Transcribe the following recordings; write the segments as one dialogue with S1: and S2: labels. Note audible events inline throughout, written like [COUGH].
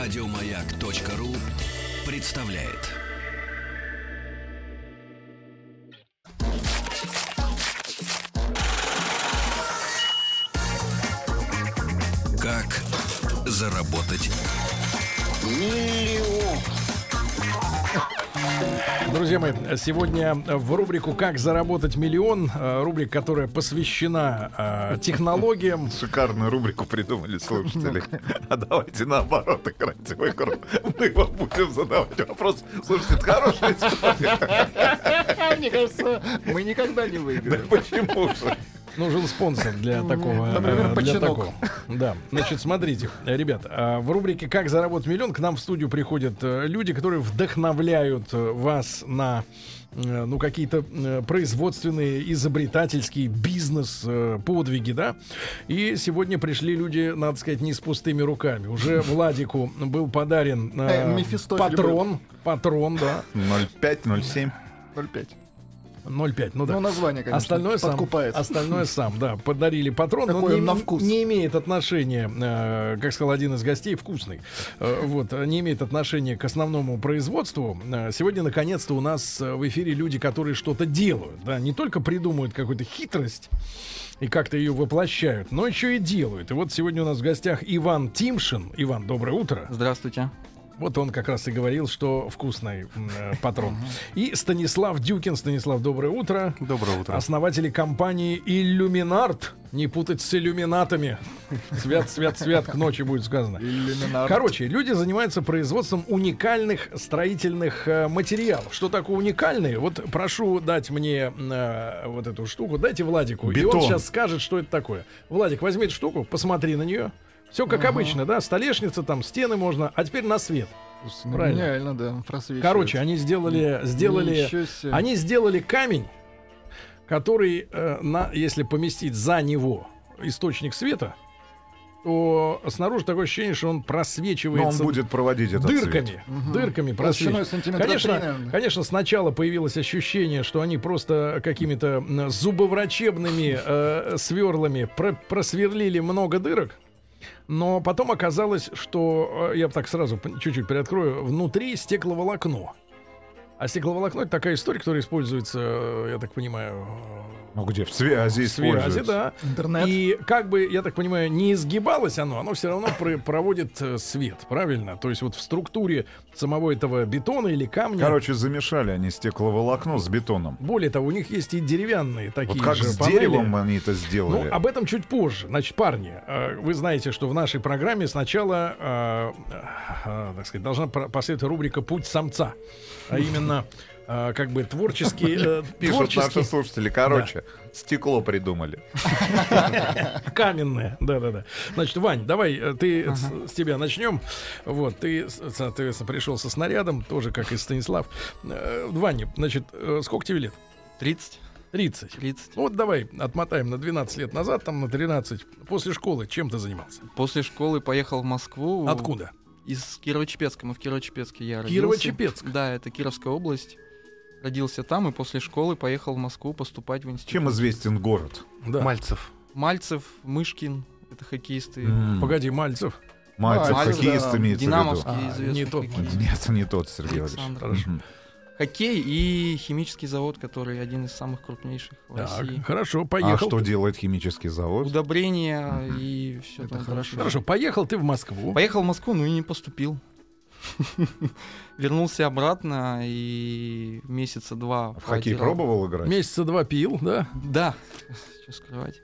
S1: Радиомаяк.ру представляет. Как заработать
S2: Друзья мои, сегодня в рубрику «Как заработать миллион» э, рубрика, которая посвящена э, технологиям.
S3: Шикарную рубрику придумали
S4: Ну,
S3: слушатели. А давайте наоборот играть в игру. Мы вам будем задавать вопрос. Слушайте, это хорошая история.
S4: Мне кажется, мы никогда не выиграем.
S3: Почему же?
S2: Нужен Ну, спонсор для такого. э,
S4: Например,
S2: для
S4: починок.
S2: такого. Да. Значит, смотрите, э, ребят, э, в рубрике «Как заработать миллион» к нам в студию приходят э, люди, которые вдохновляют э, вас на э, ну, какие-то э, производственные, изобретательские бизнес-подвиги, да? И сегодня пришли люди, надо сказать, не с пустыми руками.
S4: [LAUGHS]
S2: Уже Владику был подарен э,
S4: Э, Мефистофель
S2: патрон, патрон, да,
S3: 05-07.
S4: 0,5.
S2: 0,5, ну да.
S4: Ну, название, конечно,
S2: Остальное сам,
S4: подкупает.
S2: остальное сам, да, подарили патрон, но
S4: Какой
S2: не,
S4: он на вкус?
S2: не имеет отношения, э, как сказал один из гостей, вкусный, э, вот, не имеет отношения к основному производству. Э, Сегодня, наконец-то, у нас э, в эфире люди, которые что-то делают, да, не только придумывают какую-то хитрость и как-то ее воплощают, но еще и делают. И вот сегодня у нас в гостях Иван Тимшин. Иван, доброе утро.
S5: Здравствуйте.
S2: Вот он как раз и говорил, что вкусный м, э, патрон. И Станислав Дюкин. Станислав, доброе утро.
S5: Доброе утро.
S2: Основатели компании Иллюминарт. Не путать с иллюминатами. Свят, свят, свят, к ночи будет сказано.
S4: Иллюминар.
S2: Короче, люди занимаются производством уникальных строительных э, материалов. Что такое уникальные? Вот прошу дать мне э, вот эту штуку. Дайте Владику. И он
S3: Бетон.
S2: сейчас скажет, что это такое. Владик, возьми эту штуку, посмотри на нее. Все как обычно, да? Столешница, там стены можно. А теперь на свет.
S4: Слушай, ну,
S2: правильно.
S4: Гениально, да, просвечивает.
S2: Короче, они сделали, сделали
S4: Ничего себе.
S2: они сделали камень, который, э, на, если поместить за него источник света, то снаружи такое ощущение, что он
S3: Но Ну, он
S2: просвечивается
S3: будет проводить этот
S2: дырками,
S3: цвет.
S2: дырками
S4: Толщиной
S2: просвечивается.
S4: сантиметра три,
S2: Конечно,
S4: наверное.
S2: конечно, сначала появилось ощущение, что они просто какими-то м, зубоврачебными э, сверлами про- просверлили много дырок. Но потом оказалось, что э, я б так сразу п- чуть-чуть приоткрою, внутри стекловолокно. А стекловолокно это такая история, которая используется, э, я так понимаю,
S3: Ну где? В связи
S2: э, в связи,
S3: используется.
S2: да.
S4: Интернет.
S2: И как бы, я так понимаю, не изгибалось оно, оно все равно про- проводит э, свет, правильно? То есть вот в структуре самого этого бетона или камня.
S3: Короче, замешали они стекловолокно с бетоном.
S2: Более того, у них есть и деревянные такие
S3: Вот как
S2: же
S3: с
S2: панели.
S3: деревом они это
S2: Ну,
S3: сделали.
S2: об этом чуть позже. Значит, парни, э, вы знаете, что в нашей программе сначала, э, э, так сказать, должна про- последовать рубрика «Путь самца», а именно э, как бы творческие, э,
S3: Пишут наши
S2: творческие
S3: слушатели. Короче, стекло придумали.
S2: каменные, да-да-да. Значит, Вань, давай, э, ты с- с, тебя начнем. Вот, ты, с- соответственно, пришел со снарядом, тоже как и Станислав. Э, Ваня, значит, э, сколько тебе лет?
S5: 30?
S2: 30.
S5: 30.
S2: Ну вот давай отмотаем на 12 лет назад, там на 13. После школы чем ты занимался?
S5: После школы поехал в Москву.
S2: Откуда?
S5: Из Кирово-Чепецка. Мы в Кирово-Чепецке я родился.
S2: Кирово-Чепецк?
S5: Да, это Кировская область. Родился там и после школы поехал в Москву поступать в институт.
S3: Чем известен город?
S2: Да.
S6: Мальцев.
S5: Мальцев, Мышкин, это хоккеисты.
S3: М.
S2: Погоди, Мальцев.
S5: Ну,
S3: Мальцев,
S4: Мальцев,
S3: хоккеист
S4: да.
S3: имеется в
S5: Динамовский
S2: А,
S5: известный
S2: не тот
S5: хоккеист.
S3: виду. Нет, [LAUGHS] не тот, Сергей Валерьевич.
S5: Александр.
S2: Хорошо.
S3: Мгм.
S5: Хоккей и химический завод, который один из самых крупнейших в
S2: Так,
S5: России.
S2: хорошо, поехал.
S3: А что делает химический завод?
S5: Удобрения и все
S4: Это хорошо.
S2: Хорошо, поехал ты в Москву.
S5: Поехал в Москву, ну и не поступил. [LAUGHS] Вернулся обратно и месяца два.
S3: В хоккей
S5: поиграл.
S3: пробовал играть?
S2: Месяца два пил, да?
S5: Да. [LAUGHS] Что скрывать.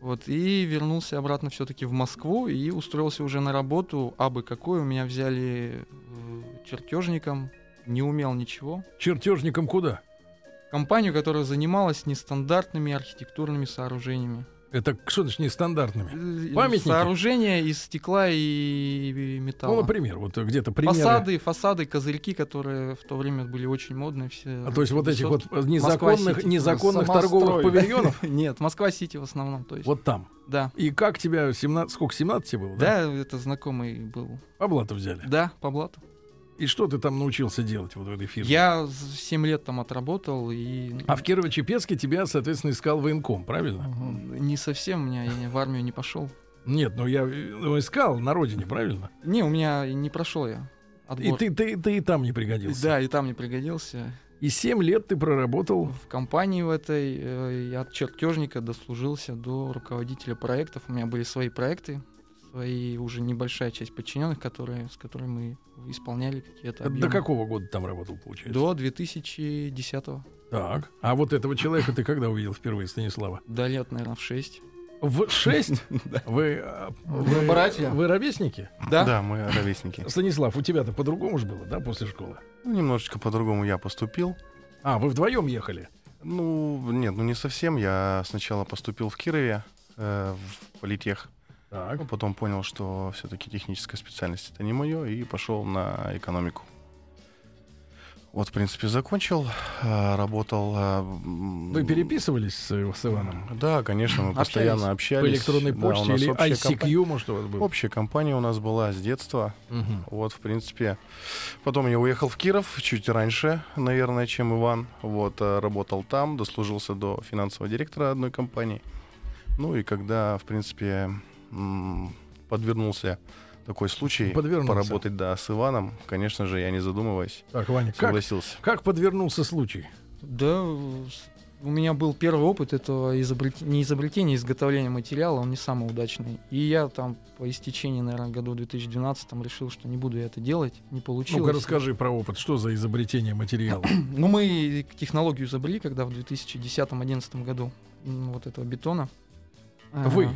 S5: Вот, и вернулся обратно все-таки в Москву и устроился уже на работу, абы какую. Меня взяли э, чертежником, не умел ничего.
S2: Чертежником куда?
S5: Компанию, которая занималась нестандартными архитектурными сооружениями.
S2: Это к- что значит нестандартными?
S5: Э,
S2: Памятники?
S5: Сооружения из стекла и металла.
S2: Ну, например, вот э, где-то примеры.
S5: Фасады, фасады, козырьки, которые в то время были очень модные все.
S2: А то есть вот этих вот э, незаконных,
S5: Москва-Сити.
S2: незаконных
S4: Самострой.
S2: торговых павильонов.
S5: [LAUGHS] Нет, Москва-Сити в основном, то есть.
S2: Вот там.
S5: Да.
S2: И как тебя, 17, сколько, 17 тебе было?
S5: Да, это знакомый был.
S2: По блату взяли.
S5: Да, по блату.
S2: И что ты там научился делать вот в этой фирме?
S5: Я 7 лет там отработал и...
S2: А в Кирово-Чепецке тебя, соответственно, искал военком, правильно?
S4: Мгм.
S5: Не совсем меня, я не- в армию не пошел.
S2: Нет, ну я ну, искал на родине, правильно?
S5: Не, у меня и не прошел я.
S2: И
S5: отбор.
S2: ты, ты, ты и там не пригодился.
S5: Да, и там не пригодился.
S2: И 7 лет ты проработал.
S5: В компании в этой э, я от чертежника дослужился до руководителя проектов. У меня были свои проекты, свои уже небольшая часть подчиненных, которые, с которыми мы исполняли какие-то
S2: До
S5: объемы.
S2: какого года там работал, получается?
S5: До 2010
S2: Так. А вот этого человека ты когда увидел впервые, Станислава?
S5: До лет, наверное, в 6.
S2: В
S5: [LAUGHS]
S2: 6? Вы, а,
S4: Вы братья?
S2: Вы ровесники?
S5: Да?
S6: Да, мы ровесники.
S2: Станислав, у тебя-то по-другому же было, да, после школы?
S6: Ну, немножечко по-другому я поступил.
S2: А, вы вдвоем ехали?
S6: Ну, нет, ну не совсем. Я сначала поступил в Кирове, э, в политех.
S2: Так.
S6: Ну, потом понял, что все-таки техническая специальность это не мое, и пошел на экономику. Вот, в принципе, закончил, э, работал. э, м,
S2: Вы Ну, переписывались с, с Иваном?
S6: Да, конечно, мы
S2: Общались?
S6: постоянно общались.
S2: По электронной
S6: Да, у
S2: почте
S6: нас
S2: или
S6: общая
S2: ICQ,
S6: компания-
S2: может, у вас было?
S6: Общая компания у нас была с детства.
S2: Мгм.
S6: Вот, в принципе. Потом я уехал в Киров чуть раньше, наверное, чем Иван. Вот, э, работал там, дослужился до финансового директора одной компании. Ну и когда, в принципе, м, подвернулся такой случай
S2: Подвернулся.
S6: поработать, да, с Иваном, конечно же, я не задумываясь,
S2: Так, Ваня, как,
S6: согласился.
S2: как подвернулся случай?
S5: Да, с- у меня был первый опыт этого изобрет- не изобретения, а изготовления материала, он не самый удачный. И я там по истечении, наверное, году 2012 решил, что не буду я это делать, не получилось.
S2: Ну-ка расскажи про опыт, что за изобретение материала?
S5: Ну, мы технологию изобрели, когда в 2010-2011 году м, вот этого бетона. А,
S2: Вы?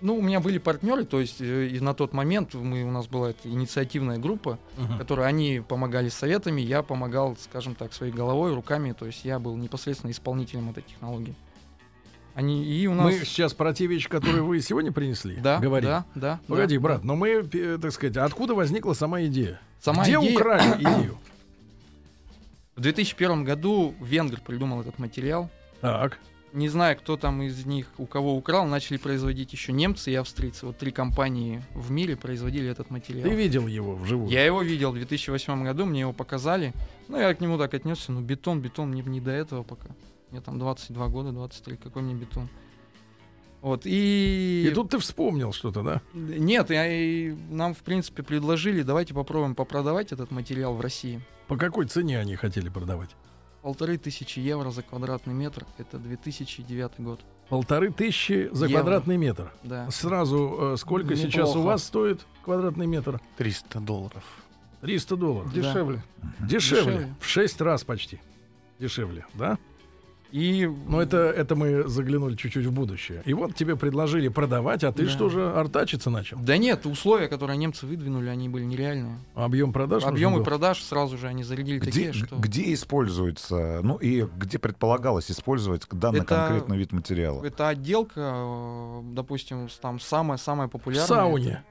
S5: Ну, у меня были партнеры, то есть э, и на тот момент мы, у нас была эта инициативная группа,
S2: Мгм.
S5: которые они помогали советами, я помогал, скажем так, своей головой, руками, то есть я был непосредственно исполнителем этой технологии. Они и [CLEARS THROAT] у нас...
S2: Мы сейчас про те вещи, которые вы сегодня принесли,
S5: да,
S2: говорим.
S5: да, да.
S2: Погоди,
S5: да.
S2: брат, но мы, э, так сказать, откуда возникла сама идея?
S5: Сама
S2: Где
S5: идея- [CLEARS THROAT]
S2: украли идею?
S5: В 2001 году венгр придумал этот материал.
S2: Так.
S5: Не знаю, кто там из них, у кого украл, начали производить еще немцы и австрийцы. Вот три компании в мире производили этот материал.
S2: Ты видел его вживую?
S5: Я его видел в 2008 году, мне его показали. Ну, я к нему так отнесся, ну, бетон, бетон, мне б не до этого пока. Мне там 22 года, 23, какой мне бетон. Вот, и...
S2: И тут ты вспомнил что-то, да?
S5: Нет, я и- нам, в принципе, предложили, давайте попробуем попродавать этот материал в России.
S2: По какой цене они хотели продавать?
S5: Полторы тысячи евро за квадратный метр, это 2009 год,
S2: Полторы тысячи за
S5: Евро.
S2: квадратный метр.
S5: да.
S2: Сразу э, сколько
S4: Неплохо.
S2: сейчас у вас стоит квадратный метр?
S6: 300 долларов.
S2: 300 долларов.
S4: Дешевле.
S2: Дешевле.
S5: Дешевле.
S2: В 6 раз почти. Дешевле, да?
S5: И...
S2: Но это, это мы заглянули чуть-чуть в будущее. И вот тебе предложили продавать, а ты
S5: Да.
S2: что же артачиться начал?
S5: Да нет, условия, которые немцы выдвинули, они были нереальные.
S2: Объем продаж? нужен
S5: Объемы
S2: был?
S5: продаж сразу же они зарядили
S3: Где,
S5: такие, что...
S3: где используется, ну и где предполагалось использовать данный
S5: Это-
S3: конкретный вид материала?
S5: Это отделка, э, допустим, с- там самая-самая
S2: В
S5: популярная.
S2: сауне.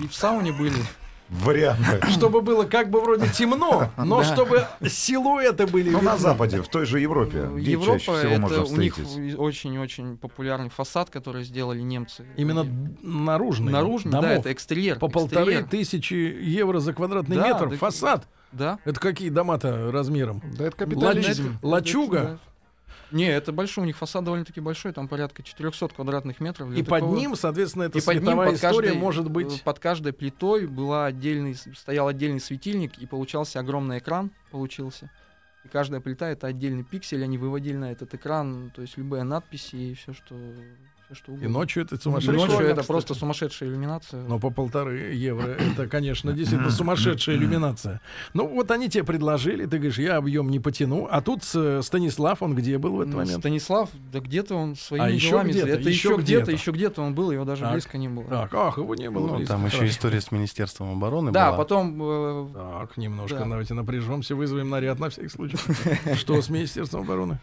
S5: И в сауне были. [LAUGHS]
S3: Варианты.
S2: Чтобы было как бы вроде темно, но
S5: Да.
S2: чтобы силуэты были
S3: Ну, на
S2: видны.
S3: Западе, в той же Европе,
S5: Э,
S3: где чаще всего
S5: это
S3: можно
S5: у них
S3: встретить.
S5: очень-очень популярный фасад, который сделали немцы.
S2: Именно
S5: Э,
S2: наружный.
S5: наружный,
S2: домов.
S5: да, это экстерьер.
S2: По полторы
S5: экстерьер,
S2: тысячи евро за квадратный
S5: Да,
S2: метр
S5: да.
S2: фасад.
S5: Да.
S2: Это какие дома-то размером?
S4: Да это
S2: Лачуга.
S4: капитализм.
S2: Лачуга.
S5: Не, это большой, у них фасад довольно-таки большой, там порядка 400 квадратных метров. Для
S2: И под
S5: такого-
S2: ним, соответственно, эта
S5: и под ним,
S2: световая
S5: под
S2: история
S5: каждой,
S2: может
S5: э,
S2: быть...
S5: под каждой плитой была отдельный, с- стоял отдельный светильник, и получался огромный экран, получился. И каждая плита это отдельный пиксель, они выводили на этот экран, ну, то есть любые надписи и все, что, всё, что
S2: И
S5: угодно.
S2: ночью это
S5: И
S2: сумасшедшая.
S5: ночью это
S2: кстати. Ну,
S5: просто сумасшедшая иллюминация.
S2: Но по полторы
S5: [CLEARS THROAT]
S2: евро это, конечно, действительно сумасшедшая иллюминация. Ну, вот они тебе предложили, ты говоришь, я объем не потяну. А тут э, Станислав, он где был в этот
S5: Ну,
S2: момент?
S5: Станислав, да где-то он своими
S2: А, ещё
S5: делами,
S2: где-то,
S5: это
S2: ещё
S5: еще где-то,
S2: где-то.
S5: еще где-то он был, его даже
S2: Так.
S5: близко не было.
S2: Так, ах, его не было.
S6: Ну,
S2: близко.
S6: там еще
S2: Хорошо.
S6: история с Министерством обороны
S5: Да,
S6: была.
S5: потом э,
S2: Так, немножко
S5: Да.
S2: давайте напряжемся, вызовем наряд на всякий
S5: [LAUGHS]
S2: случай. Что с Министерством обороны?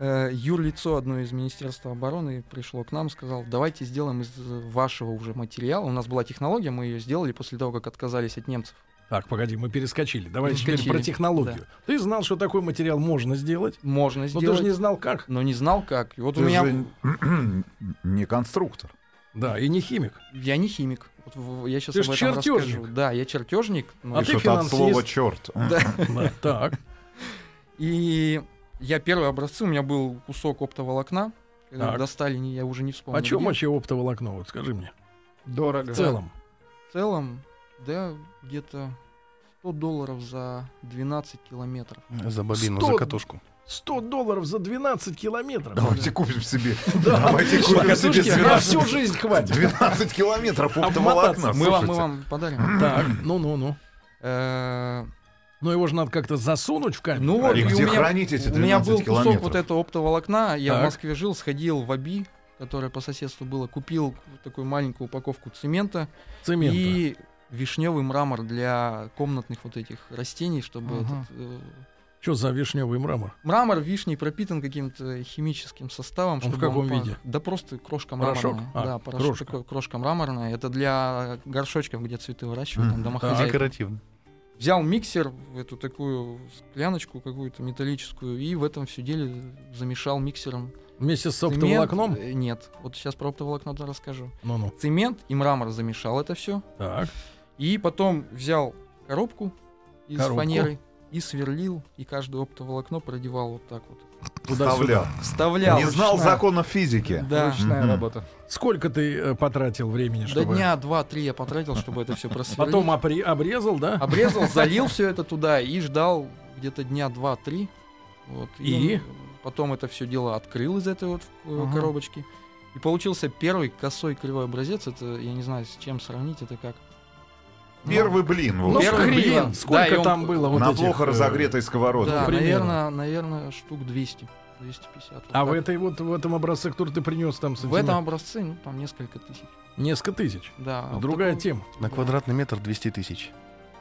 S5: Э, Юрлицо одно из Министерства обороны пришло к нам, сказал, давайте сделаем из э, вашего уже материала. У нас была технология, мы ее сделали после того, как отказались от немцев.
S2: Так, погоди, мы перескочили. Давай теперь
S5: Перескочили.
S2: про технологию. Ты знал, что такой материал можно сделать,
S5: Можно
S2: но
S5: сделать,
S2: ты же не знал как.
S5: но не знал как. И вот
S3: Ты
S5: у меня...
S3: же [CLEARS THROAT] не конструктор.
S2: Да, и не химик.
S5: Я не химик. Вот в- в- я сейчас
S2: Ты
S5: об
S2: ж
S5: этом
S2: чертежник.
S5: расскажу. Да, я ну чертежник. но-
S2: А ты
S3: Пишут от
S2: финансист.
S3: слова
S5: [LAUGHS]
S3: черт.
S5: [LAUGHS] Да.
S2: Да, Так,
S5: И я первые образцы, у меня был кусок оптоволокна. Когда
S2: Так. А
S5: достали, не- я уже не вспомнил.
S2: о чем
S5: где.
S2: вообще оптоволокно, вот скажи мне.
S4: Дорого.
S2: В целом.
S5: В целом, да, где-то 100 долларов за 12 километров.
S6: За бобину,
S2: Сто-
S6: за катушку.
S2: 100 долларов за 12 километров.
S3: Давайте купим себе.
S2: Да. а
S3: Давайте купим себе
S5: а
S2: Слушайте, на
S3: 12,
S2: всю жизнь
S5: [LAUGHS]
S2: хватит.
S3: 12 километров
S2: Обмотаться.
S3: оптоволокна.
S5: Мы вам, мы
S3: слушайте.
S5: вам подарим.
S2: Так, ну-ну-ну.
S5: Э,
S2: Но его же надо как-то засунуть в камеру.
S5: Ну вот,
S3: И
S5: и у
S3: где
S5: меня-
S3: хранить эти
S5: У меня
S3: 12
S5: был кусок
S3: километров?
S5: вот этого оптоволокна. Я
S2: Так.
S5: в Москве жил, сходил в Аби, которое по соседству было, купил такую маленькую упаковку цемента
S2: Цемента.
S5: и вишневый мрамор для комнатных вот этих растений, чтобы
S4: Ага.
S5: этот, э,
S2: Что за вишневый мрамор?
S5: мрамор вишней пропитан каким-то химическим составом.
S2: Он в
S5: чтобы
S2: каком
S5: пах-
S2: виде?
S5: Да просто крошка
S2: Порошок?
S5: мраморная.
S2: А,
S5: да, порошок
S2: крошка.
S5: такой, крошка мраморная. Это для горшочков, где цветы выращивают,
S3: Мгм.
S5: там
S2: А,
S5: домохозяйки.
S6: Декоративно.
S5: Взял миксер, эту такую скляночку какую-то металлическую, и в этом все деле замешал миксером.
S2: Вместе с
S5: цемент.
S2: оптоволокном?
S5: Э, Нет, вот сейчас про оптоволокно да, расскажу.
S2: Ну-ну.
S5: Цемент и мрамор замешал это все.
S2: Так.
S5: И потом взял коробку из
S2: Коробку.
S5: фанеры и сверлил, и каждое оптоволокно продевал вот так вот.
S3: Вставлял.
S5: Вставлял.
S3: Не знал
S5: ручная-
S3: законов физики.
S5: Да.
S4: Ручная
S3: Мгм.
S4: работа.
S2: Сколько ты э, потратил времени,
S5: До
S2: чтобы...
S5: дня два-три я потратил, чтобы
S2: [LAUGHS]
S5: это все просверлить.
S2: Потом опри- обрезал, да? [LAUGHS]
S5: обрезал, залил все это туда и ждал где-то дня два-три. Вот,
S2: И?
S5: потом это все дело открыл из этой вот э,
S4: Ага.
S5: коробочки. И получился первый косой кривой образец. Это я не знаю, с чем сравнить, это как. Ну,
S3: Первый блин.
S2: Ну,
S3: вот.
S5: Первый
S2: хрен.
S5: блин.
S2: Сколько
S5: Да, и он-
S2: там было вот
S3: на
S2: этих,
S3: плохо
S2: э,
S3: разогретой сковородке.
S5: да,
S2: примерно.
S5: наверное, наверное, штук 200. 250. Вот
S2: А в
S5: так.
S2: этой вот в этом образце, который ты принес там,
S5: в
S2: сантиметр?
S5: этом образце, ну, там несколько тысяч.
S2: несколько тысяч.
S5: Да. а в
S2: Другая
S5: таком-
S2: тема.
S6: На квадратный метр 200 тысяч.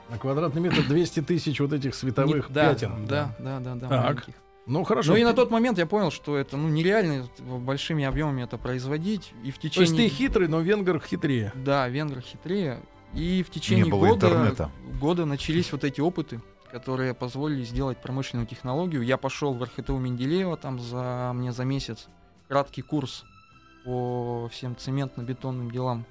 S2: На квадратный метр 200 тысяч вот этих световых
S5: Не- да,
S2: пятен.
S5: Да, да, да, да,
S2: Так.
S5: маленьких.
S2: Ну хорошо.
S5: Ну и на тот момент я понял, что это ну нереально большими объемами это производить. И в
S2: То есть ты
S5: течение
S2: хитрый, но венгер хитрее.
S5: Да, венгры хитрее. И в течение
S3: было
S5: года,
S3: интернета.
S5: года начались вот эти опыты, которые позволили сделать промышленную технологию. Я пошел в РХТУ Менделеева, там за мне за месяц краткий курс по всем цементно-бетонным делам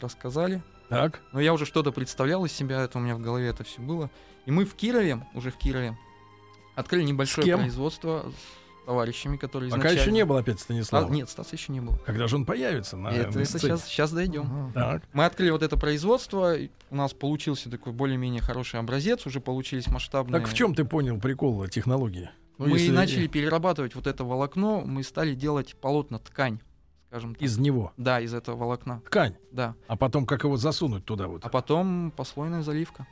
S5: рассказали.
S2: Так.
S5: Но я уже что-то представлял из себя, это у меня в голове это все было. И мы в Кирове, уже в Кирове, открыли небольшое
S2: кем?
S5: производство с товарищами, которые
S2: А Пока еще не было А, опять
S5: Стас-
S2: Станислава.
S5: нет, Стаса еще не было.
S2: Когда же он появится на,
S5: это
S2: на сцене?
S5: сейчас, сейчас дойдем.
S4: Мгм.
S2: Так.
S5: Мы открыли вот это производство, и у нас получился такой более-менее хороший образец, уже получились масштабные.
S2: Так в чем ты понял прикол технологии? Ну,
S5: мы
S2: если
S5: начали перерабатывать вот это волокно, мы стали делать полотна ткань, скажем так.
S2: из него
S5: Да, из этого волокна,
S2: ткань,
S5: да.
S2: а потом как его засунуть туда вот.
S5: А потом послойная заливка,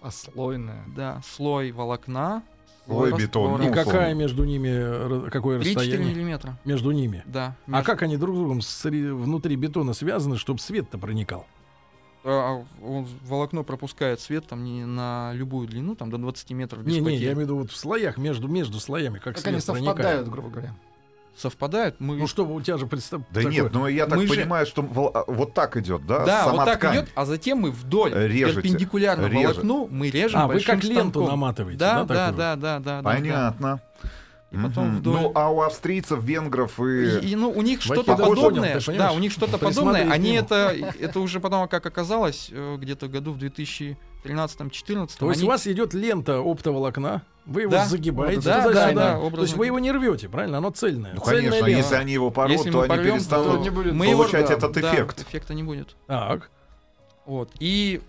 S4: Послойная.
S5: да, слой волокна,
S3: Слой бетона.
S5: раствора.
S2: И
S3: ну,
S2: какая
S3: условно.
S2: между ними э, какое
S5: 3-4
S2: расстояние
S5: миллиметра,
S2: между ними?
S5: да.
S2: А
S5: между-
S2: как они друг с другом сре- внутри бетона связаны, чтобы свет-то проникал?
S5: А, а, он- волокно пропускает свет там не на любую длину, там до 20 метров без
S2: Не, не,
S5: потерь.
S2: я имею в виду вот в слоях между между слоями, как,
S4: Как
S2: свет
S4: они
S2: проникает.
S4: совпадают, грубо говоря.
S5: Совпадает, мы
S2: Ну чтобы у тебя же представ...
S3: Да
S2: такое-
S3: нет, ну я так
S5: Мы же-
S3: понимаю, что вол- а, вот так идет, да?
S5: Да,
S3: Сама
S5: вот так
S3: ткань.
S5: идет, а затем мы вдоль
S3: Режете,
S5: перпендикулярно
S3: режет.
S5: волокну мы режем
S2: А вы
S5: большим
S2: как ленту
S5: станком.
S2: наматываете, да?
S5: Да, да,
S2: такую?
S5: да, да, да, да. да.
S3: Понятно.
S5: И потом
S3: Мгм.
S5: вдоль.
S3: Ну, а у австрийцев, венгров и...
S5: И, и, ну, у них что-то
S2: Вахидов,
S5: подобное,
S2: понял, ты понимаешь?
S5: да, у них что-то
S2: Присмотрись
S5: подобное.
S2: к
S5: Они
S2: нему.
S5: это, это уже потом, как оказалось, э, где-то году в 2013-2014.
S2: То есть
S5: они-
S2: у вас идет лента оптоволокна, вы его
S5: Да.
S2: загибаете
S5: Вот, да,
S2: туда-сюда.
S5: да, да,
S2: То есть
S5: образно
S2: вы его не рвете, правильно? Оно цельное.
S3: Ну,
S2: Цельная
S3: конечно,
S2: лента.
S3: если они его порвут,
S5: Если
S3: то
S5: мы
S3: они
S5: порвем,
S3: перестанут
S5: то
S4: не будет
S5: мы его-
S3: получать
S4: да,
S3: этот
S5: Да,
S3: эффект.
S5: эффекта не будет.
S2: Так,
S5: Вот. И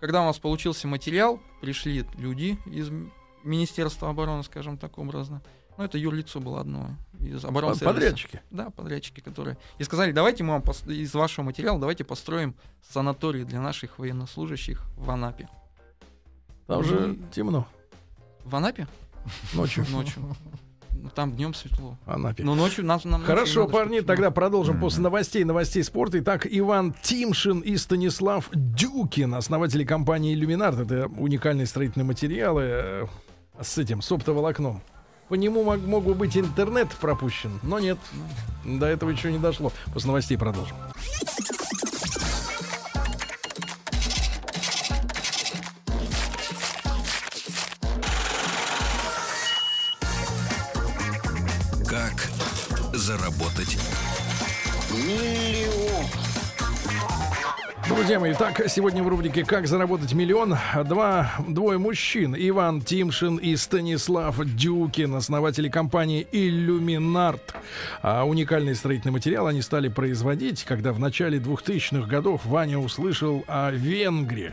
S5: когда у нас получился материал, пришли люди из М- Министерства обороны, скажем так образно. Ну, это юрлицо было одно
S2: А,
S5: из обороны.
S2: подрядчики.
S5: Да, подрядчики, которые. И сказали, давайте мы вам пос- из вашего материала давайте построим санаторий для наших военнослужащих в Анапе.
S2: Там же темно
S5: В Анапе?
S2: ночью.
S5: Ночью. Ну, Там днем светло.
S2: в Анапе.
S5: Но ночью нам... нам ночью
S2: Хорошо,
S5: надо, чтоб
S2: парни,
S5: темно.
S2: тогда продолжим
S3: Мгм.
S2: после новостей, новостей спорта. Итак, Иван Тимшин и Станислав Дюкин, основатели компании «Иллюминарт». Это уникальные строительные материалы э, с этим, с оптоволокном. По нему мог, мог бы быть интернет пропущен, но нет, до этого еще не дошло. После новостей продолжим.
S1: Как заработать?
S2: Друзья мои, так, сегодня в рубрике «Как заработать миллион» два, двое мужчин. Иван Тимшин и Станислав Дюкин, основатели компании «Иллюминарт». А уникальный строительный материал они стали производить, когда в начале 2000-х годов Ваня услышал о Венгрии.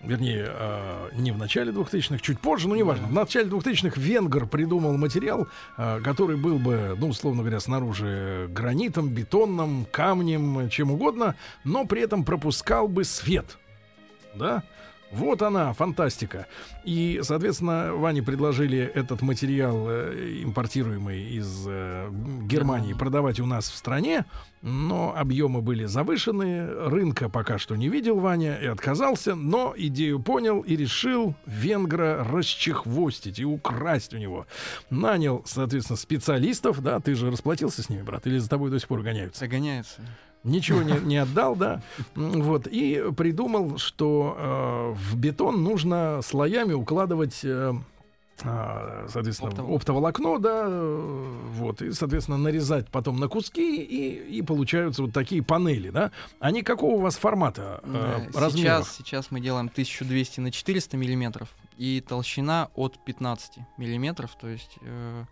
S2: Вернее, э, не в начале 2000-х, чуть позже, но неважно. В начале 2000-х венгр придумал материал, э, который был бы, ну, условно говоря, снаружи э, гранитом, бетонным, камнем, э, чем угодно, но при этом пропускал бы свет. Да? Вот она, фантастика. И, соответственно, Ване предложили этот материал, э, импортируемый из э, Германии, продавать у нас в стране, но объемы были завышены, рынка пока что не видел Ваня и отказался, но идею понял и решил венгра расчехвостить и украсть у него. Нанял, соответственно, специалистов, да, ты же расплатился с ними, брат, или за тобой до сих пор гоняются?
S5: Загоняется.
S2: ничего
S5: [LAUGHS]
S2: не, не отдал, да, М, вот, и придумал, что э, в бетон нужно слоями укладывать... э, а, соответственно,
S5: Оптоволокно.
S2: оптоволокно, да, э, вот, и, соответственно, нарезать потом на куски, и, и получаются вот такие панели, да. Они какого у вас формата, э,
S5: Да,
S2: размеров?
S5: Сейчас, сейчас мы делаем 1200 на 400 миллиметров и толщина от 15 миллиметров, то есть, э,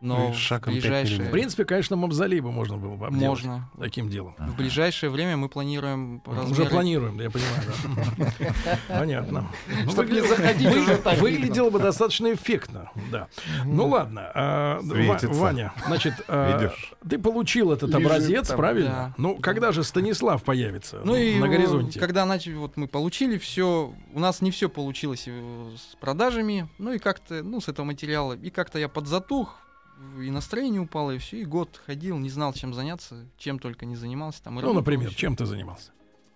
S6: Ну
S5: но
S6: и
S5: в
S6: шагом пять
S5: ближайшее
S2: В принципе, конечно, мавзолей бы можно было бы обделать
S5: можно.
S2: таким делом.
S5: В ближайшее время мы планируем
S2: Уже
S5: размеры-
S2: планируем, да, я понимаю, да. [LAUGHS] Понятно. Ну,
S4: Чтоб не
S2: выгля-
S4: заходить,
S2: вы-
S4: уже так
S2: Выглядело бы достаточно эффектно, да. Ну ладно, а, Ва-
S3: Светится.
S2: Ваня, значит, а,
S3: Видишь?
S2: ты получил этот
S4: Лежит
S2: образец,
S4: там,
S2: правильно?
S5: да.
S2: Ну, когда же Станислав появится
S5: Ну и
S2: на
S5: э,
S2: горизонте?
S5: когда начали, вот мы получили все, у нас не все получилось э, с продажами, ну и как-то, ну с этого материала, и как-то я подзатух, и настроение упало, и все, и год ходил, не знал, чем заняться, чем только не занимался. Там, и
S2: Ну,
S5: работу
S2: например,
S5: получил.
S2: чем ты занимался?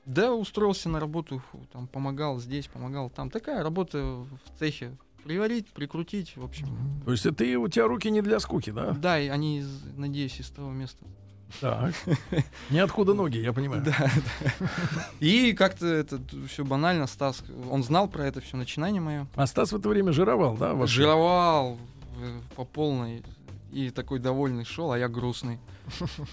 S5: Да, устроился на работу, фу, там помогал здесь, помогал там. Такая работа в цехе. Приварить, прикрутить, в общем.
S2: То есть ты, у тебя руки не для скуки, да?
S5: Да, и они, из- надеюсь, из того места. [LAUGHS]
S2: Так. Ниоткуда ноги, я понимаю.
S5: И как-то это все банально, Стас, он знал про это все начинание мое.
S2: А Стас в это время жировал, да? ваш?
S5: Жировал э, по полной и такой довольный шел, а я грустный.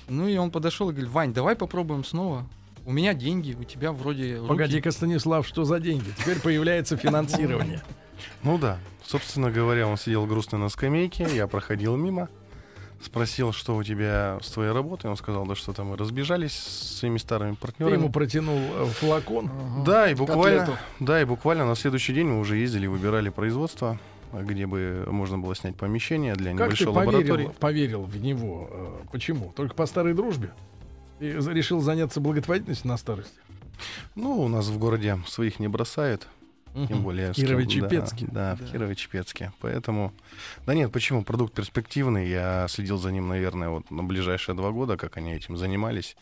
S5: Ну и он подошел и говорит, Вань, давай попробуем снова. У меня деньги, у тебя вроде руки».
S2: Погоди-ка, Станислав, что за деньги? Теперь появляется финансирование.
S6: Ну да. Собственно говоря, он сидел грустно на скамейке, я проходил мимо, спросил, что у тебя с твоей работой. Он сказал, да что-то мы разбежались с своими старыми
S2: Ты ему
S6: партнерами.
S2: протянул э, флакон.
S6: Да, и буквально,
S4: Котлету.
S6: да, и буквально на следующий день мы уже ездили, выбирали производство, где бы можно было снять помещение для
S2: Как ты
S6: небольшой лаборатории.
S2: поверил, поверил в него? э, Почему? Только по старой дружбе? И за- решил заняться благотворительностью на старости?
S6: Ну, у нас в городе своих не бросают, [LAUGHS] тем более... с кем-
S2: Кирово-Чепецке.
S6: Да, да, в Кирово-Чепецке. Поэтому... Да нет, почему? Продукт перспективный. Я следил за ним, наверное, вот на ближайшие два года, как они этим занимались.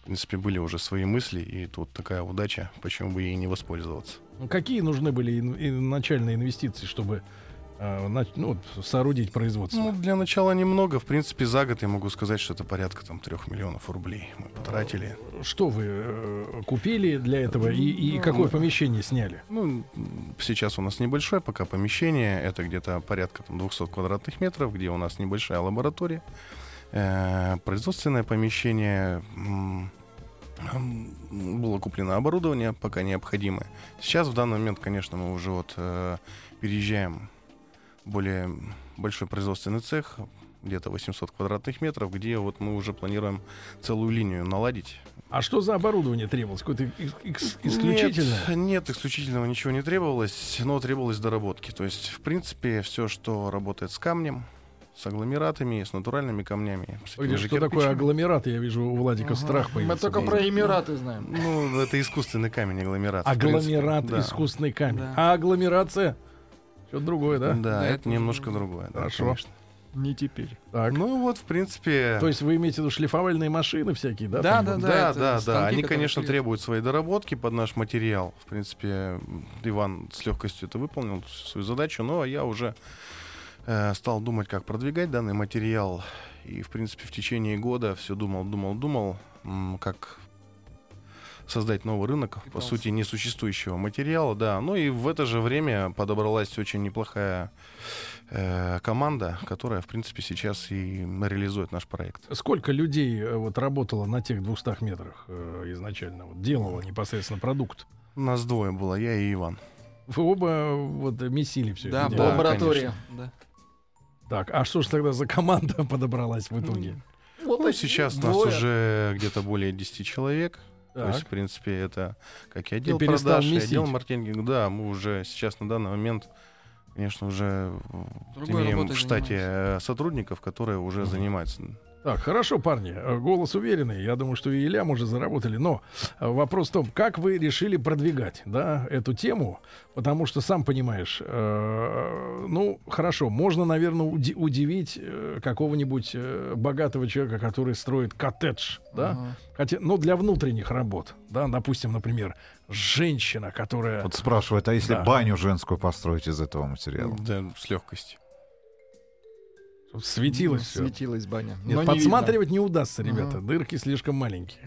S6: В принципе, были уже свои мысли, и тут такая удача, почему бы ей не воспользоваться.
S2: Ну, Какие нужны были ин- и начальные инвестиции, чтобы э, нач- ну, вот, соорудить производство?
S6: Ну, для начала немного. В принципе, за год я могу сказать, что это порядка там трех миллионов рублей мы потратили.
S2: Что вы э, купили для этого и, и какое помещение сняли?
S6: Ну, м, сейчас у нас небольшое пока помещение. Это где-то порядка там, 200 квадратных метров, где у нас небольшая лаборатория. Э, производственное помещение. м, м, Было куплено оборудование, пока необходимое. Сейчас, в данный момент, конечно, мы уже вот э, переезжаем в более большой производственный цех, где-то 800 квадратных метров, где вот мы уже планируем целую линию наладить.
S2: А что за оборудование требовалось? Какое-то ис- ис- исключительное?
S6: Нет, нет, исключительного ничего не требовалось, но требовалось доработки. То есть, в принципе, все, что работает с камнем, с агломератами, с натуральными камнями. с
S2: Ой,
S6: этими же
S2: что такое
S6: кирпичами.
S2: агломерат? Я вижу, у Владика
S4: Ага.
S2: страх появился.
S4: Мы только
S2: Да.
S4: про Эмираты знаем.
S6: Ну, это искусственный камень, агломерат. в
S2: Агломерат,
S6: принципе, да.
S2: искусственный камень.
S5: Да.
S2: А агломерация? Что-то другое,
S6: Да,
S2: да?
S6: это,
S5: это уже-
S6: немножко другое. да,
S2: Хорошо.
S6: конечно.
S4: Не теперь.
S2: Так.
S6: Ну вот, в принципе...
S2: То есть вы имеете в виду шлифовальные машины всякие, да?
S5: Да,
S2: там?
S5: да,
S6: Да,
S5: да,
S6: да,
S5: это
S6: да.
S5: станки,
S6: Они,
S5: которые
S6: конечно,
S5: шли-
S6: требуют свои доработки под наш материал. В принципе, м, Иван с легкостью это выполнил всю свою задачу, но я уже э, стал думать, как продвигать данный материал. И, в принципе, в течение года все думал, думал, думал, м, как создать новый рынок, по
S5: Пытался.
S6: сути, несуществующего материала, да. Ну и в это же время подобралась очень неплохая э, команда, которая, в принципе, сейчас и реализует наш проект.
S2: Сколько людей э, вот работало на тех 200 метрах э, изначально? Вот, делало непосредственно продукт.
S6: Нас двое было, я и Иван.
S2: Вы оба э, вот месили все
S5: Да,
S2: это дело.
S6: да.
S4: Лаборатория.
S5: Да.
S2: Так, а что же тогда за команда [LAUGHS] подобралась в итоге?
S4: Вот
S6: Ну,
S4: они,
S6: сейчас
S4: двое.
S6: нас уже где-то более 10 человек. То есть,
S2: Так.
S6: в принципе, это как и отдел
S2: перестал
S6: продаж, и
S2: месить.
S6: отдел маркетинга. Да, мы уже сейчас на данный момент, конечно, уже м,
S5: Другой
S6: имеем
S5: работой
S6: в штате
S5: занимаемся.
S6: э, сотрудников, которые уже занимаются.
S2: Так, хорошо, парни, э, голос уверенный. Я думаю, что и Ильям уже заработали. Но э, вопрос в том, как вы решили продвигать да, эту тему? Потому что, сам понимаешь, э, ну, хорошо, можно, наверное, удивить э, какого-нибудь э, богатого человека, который строит коттедж, да?
S4: Ага.
S2: Хотя, ну, для внутренних работ, да, допустим, например, женщина, которая...
S3: Вот спрашивают, а если
S2: Да.
S3: баню женскую построить из этого материала?
S6: Да, с легкостью.
S2: Светилась все.
S4: Светилась баня.
S2: Нет,
S4: Но не
S2: подсматривать не удастся, ребята.
S4: Ага.
S2: Дырки слишком маленькие.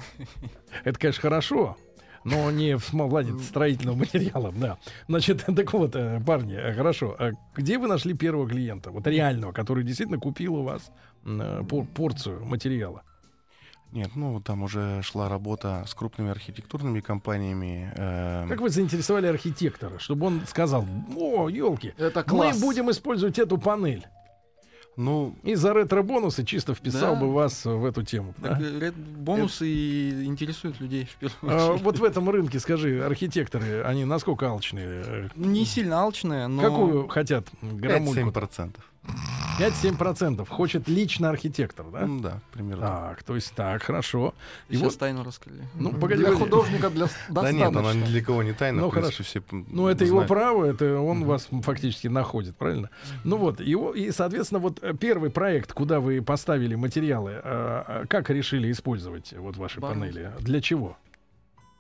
S2: Это, конечно, хорошо, но не в см- плане строительного материала, да. Значит, [LAUGHS] так вот, э, парни, э, хорошо. А Где вы нашли первого клиента, вот реального, который действительно купил у вас м, э, пор- порцию материала?
S6: Нет, ну там уже шла работа с крупными архитектурными компаниями. э,
S2: Как вы заинтересовали архитектора, чтобы он сказал, о, елки,
S4: видно. Это
S2: мы
S4: класс.
S2: будем использовать эту панель.
S6: Ну,
S2: И за ретро-бонусы чисто вписал
S5: Да.
S2: бы вас в эту тему.
S5: Так,
S2: да?
S5: э, ред- бонусы и интересуют людей в первую
S2: А,
S5: очередь. [LAUGHS]
S2: Вот в этом рынке, скажи, архитекторы, они насколько алчные? э,
S5: Не сильно алчная, но...
S2: Какую хотят грамульку?
S6: 5-7%.
S2: 5-7% хочет лично архитектор, да?
S6: М, Ну Да, примерно.
S2: Так, то есть так, хорошо. И
S5: Сейчас
S2: вот,
S5: тайну раскрыли.
S2: ну,
S4: М,
S2: погоди,
S4: Для
S2: погоди.
S4: художника для
S6: Да нет, она ни
S4: достаточно.
S6: для кого не тайна.
S2: Ну,
S6: в принципе, все м,
S2: Ну, это его
S6: знают.
S2: право, это он вас фактически находит, правильно? Ну вот, его, и, соответственно, вот э, первый проект, куда вы поставили материалы, э, а как решили использовать э, вот ваши
S5: Барную.
S2: панели? Для чего?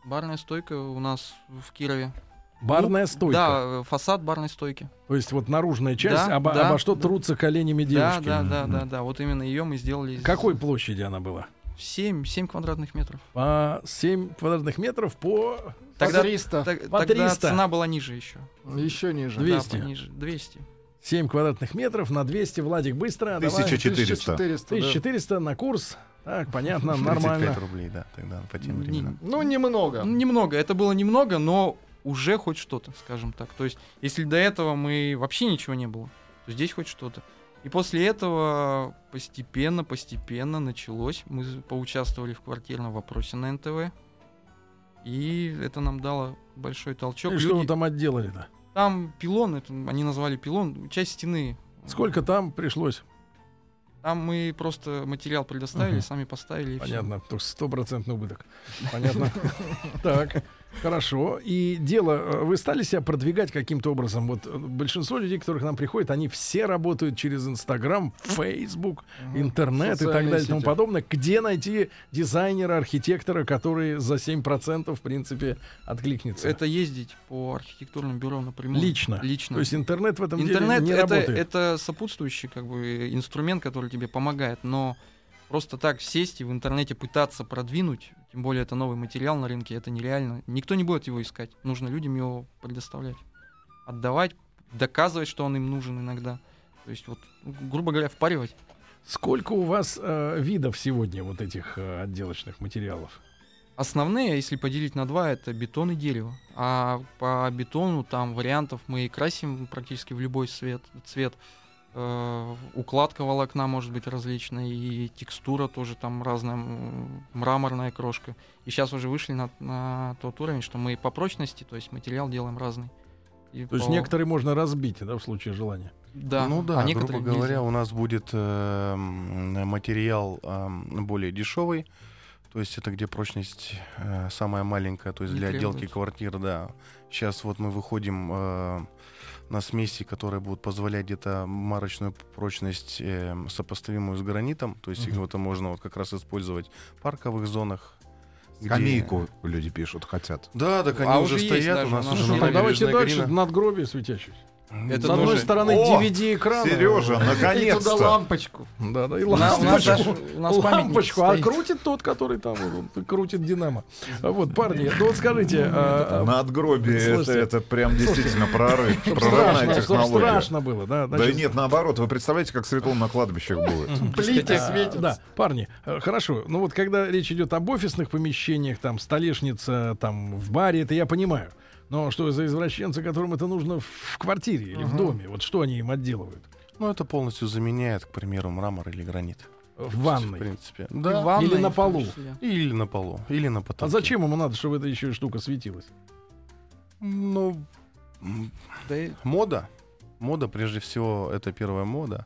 S5: Барная стойка у нас в Кирове.
S2: Барная стойка.
S5: Да, э, фасад барной стойки.
S2: То есть вот наружная часть,
S5: Да,
S2: обо,
S5: да,
S2: обо что
S5: да.
S2: трутся коленями девушки.
S5: Да, да, да, да, да. Вот именно ее мы сделали. из-
S2: Какой площади она была?
S5: Семь, семь квадратных метров.
S2: По 7 квадратных метров по
S5: Тогда,
S4: 300.
S5: так-
S2: По
S5: тогда
S2: 300.
S5: цена была ниже еще.
S4: Еще ниже.
S2: 200.
S5: Да, пониже. 200.
S2: 7 квадратных метров на 200. Владик, быстро. давай.
S3: 1400.
S4: 1400. да.
S2: 1400 на курс. Так,
S6: [LAUGHS]
S4: [LAUGHS]
S2: понятно,
S6: 35
S2: нормально.
S6: рублей, да, тогда по тем
S5: Не-
S6: временам.
S4: Ну, немного.
S5: Ну, немного. Это было немного, но уже хоть что-то, скажем так. То есть, если до этого мы вообще ничего не было, то здесь хоть что-то. И после этого постепенно, постепенно началось. Мы з- поучаствовали в квартирном вопросе на НТВ. И это нам дало большой толчок.
S2: И что вы
S5: Люди-
S2: там отделали-то?
S5: Там пилон, это они назвали пилон, часть стены.
S4: Ну.
S2: Сколько там пришлось?
S5: Там мы просто материал предоставили,
S2: Мгм.
S5: сами поставили. и всё.
S2: Понятно, то стопроцентный
S4: [LAUGHS]
S2: убыток. Понятно. Так, хорошо. И дело, э, вы стали себя продвигать каким-то образом? Вот э, большинство людей, которые к нам приходят, они все работают через Инстаграм, Фейсбук,
S4: Мгм.
S2: интернет и так
S4: Социальные
S2: далее и тому
S4: сети.
S2: подобное. Где найти дизайнера, архитектора, который за 7% в принципе откликнется?
S5: Это ездить по архитектурным бюро напрямую.
S2: Лично?
S5: Лично.
S2: То есть интернет в этом
S5: Ну. Интернет
S2: деле не
S5: это,
S2: работает.
S5: это сопутствующий как бы инструмент, который тебе помогает, но просто так сесть и в интернете пытаться продвинуть, тем более это новый материал на рынке, это нереально. Никто не будет его искать. Нужно людям его предоставлять, отдавать, доказывать, что он им нужен иногда. То есть вот, ну, грубо говоря, впаривать.
S2: Сколько у вас э, видов сегодня вот этих э, отделочных материалов?
S5: Основные, если поделить на два, это бетон и дерево. А по бетону там вариантов мы и красим практически в любой свет, цвет. Э, Укладка волокна может быть различная, и текстура тоже там разная, м, мраморная крошка. И сейчас уже вышли на, на тот уровень, что мы по прочности, то есть материал делаем разный. И
S2: То есть
S5: по-
S2: некоторые можно разбить, да, в случае желания.
S5: да,
S6: ну да,
S5: а
S6: грубо
S5: некоторые нельзя.
S6: говоря, у нас будет эм, материал эм, более дешевый. То есть это где прочность э, самая маленькая, то есть
S5: Не
S6: для отделки
S5: требуется.
S6: квартир, да. Сейчас вот мы выходим э, на смеси, которые будут позволять где-то марочную прочность эм, сопоставимую с гранитом. То есть
S2: Мгм.
S6: его-то можно вот как раз использовать в парковых зонах. где-
S3: Скамейку люди пишут, хотят.
S6: Да, так они
S5: А
S6: уже
S5: уже есть
S6: стоят,
S5: даже
S6: у нас
S5: у нас
S6: уже
S5: Ну,
S2: Ну,
S5: есть.
S6: набережная
S2: давайте дальше
S6: Горина.
S2: надгробие светящееся.
S5: Это
S2: С одной
S5: тоже-
S2: стороны
S3: О,
S2: DVD-экран.
S3: Сережа,
S4: И туда
S3: наконец-то.
S4: лампочку.
S2: Да, да, и
S5: У нас- у нас
S2: лампочку.
S5: даже- у нас памятник
S2: лампочку, а
S5: стоит.
S2: крутит тот, который там вот, он крутит Динамо. А Вот, парни, ну вот скажите, а,
S3: Э, Надгробие это,
S2: Слушайте.
S3: это прям действительно прорыв.
S2: а,
S3: Прорывная
S2: страшно, чтоб
S3: технология.
S2: страшно было, да?
S3: Да
S2: значит,
S3: нет, наоборот, вы представляете, как светло на кладбищах будет.
S4: Плиты
S2: а,
S4: светятся.
S2: Да, парни, э, хорошо. Ну вот когда речь идет об офисных помещениях, там столешница, там в баре, это я понимаю. Но что за извращенцы, которым это нужно в квартире или в доме? Вот что они им отделывают?
S6: Ну, это полностью заменяет, к примеру, мрамор или гранит.
S2: В
S6: В
S2: ванной.
S6: принципе. Да.
S5: И ванной,
S2: Или на
S5: в том
S2: полу.
S5: числе.
S6: Или на полу, или на потолке.
S2: А зачем ему надо, чтобы эта еще и штука светилась?
S6: Ну, м,
S5: Да и
S6: мода. Мода, прежде всего, это первая мода.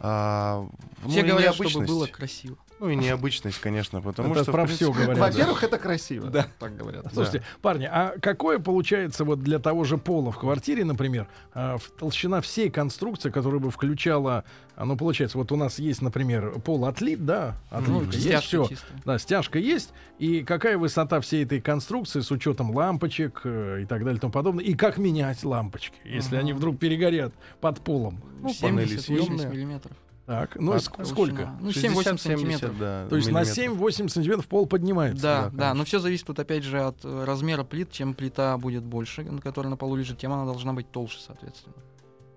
S6: А, ну,
S5: Все
S6: и
S5: говорят,
S6: необычность.
S5: чтобы было красиво.
S6: Ну и необычность, конечно, потому
S2: Это
S6: что... в
S2: про
S6: принципе,
S2: все
S6: [LAUGHS]
S2: говорят.
S4: Во-первых, это красиво. Да. Так говорят.
S2: Слушайте, парни, а какое получается вот для того же пола в квартире, например, а, в- толщина всей конструкции, которая бы включала, а, ну получается, вот у нас есть, например, пол отлит, да,
S6: А
S2: отливка, есть
S5: Ну, стяжка
S2: все,
S5: чистая.
S2: да, стяжка есть, и какая высота всей этой конструкции с учетом лампочек э, и так далее и тому подобное, и как менять лампочки, если
S5: Ага.
S2: они вдруг перегорят под полом.
S5: Ну,
S6: панели
S5: 70-80
S6: съемные.
S5: миллиметров.
S2: Так, ну и
S6: Под
S2: ск-
S5: толщина.
S2: сколько?
S5: Ну,
S6: 60-70,
S5: 7-8 сантиметров.
S6: да,
S2: То есть на
S6: миллиметров.
S2: 7-8 сантиметров пол поднимается.
S5: Да,
S6: да,
S5: да, но все зависит вот опять же от э, размера плит. Чем плита будет больше, на которой на полу лежит, тем она должна быть толще, соответственно.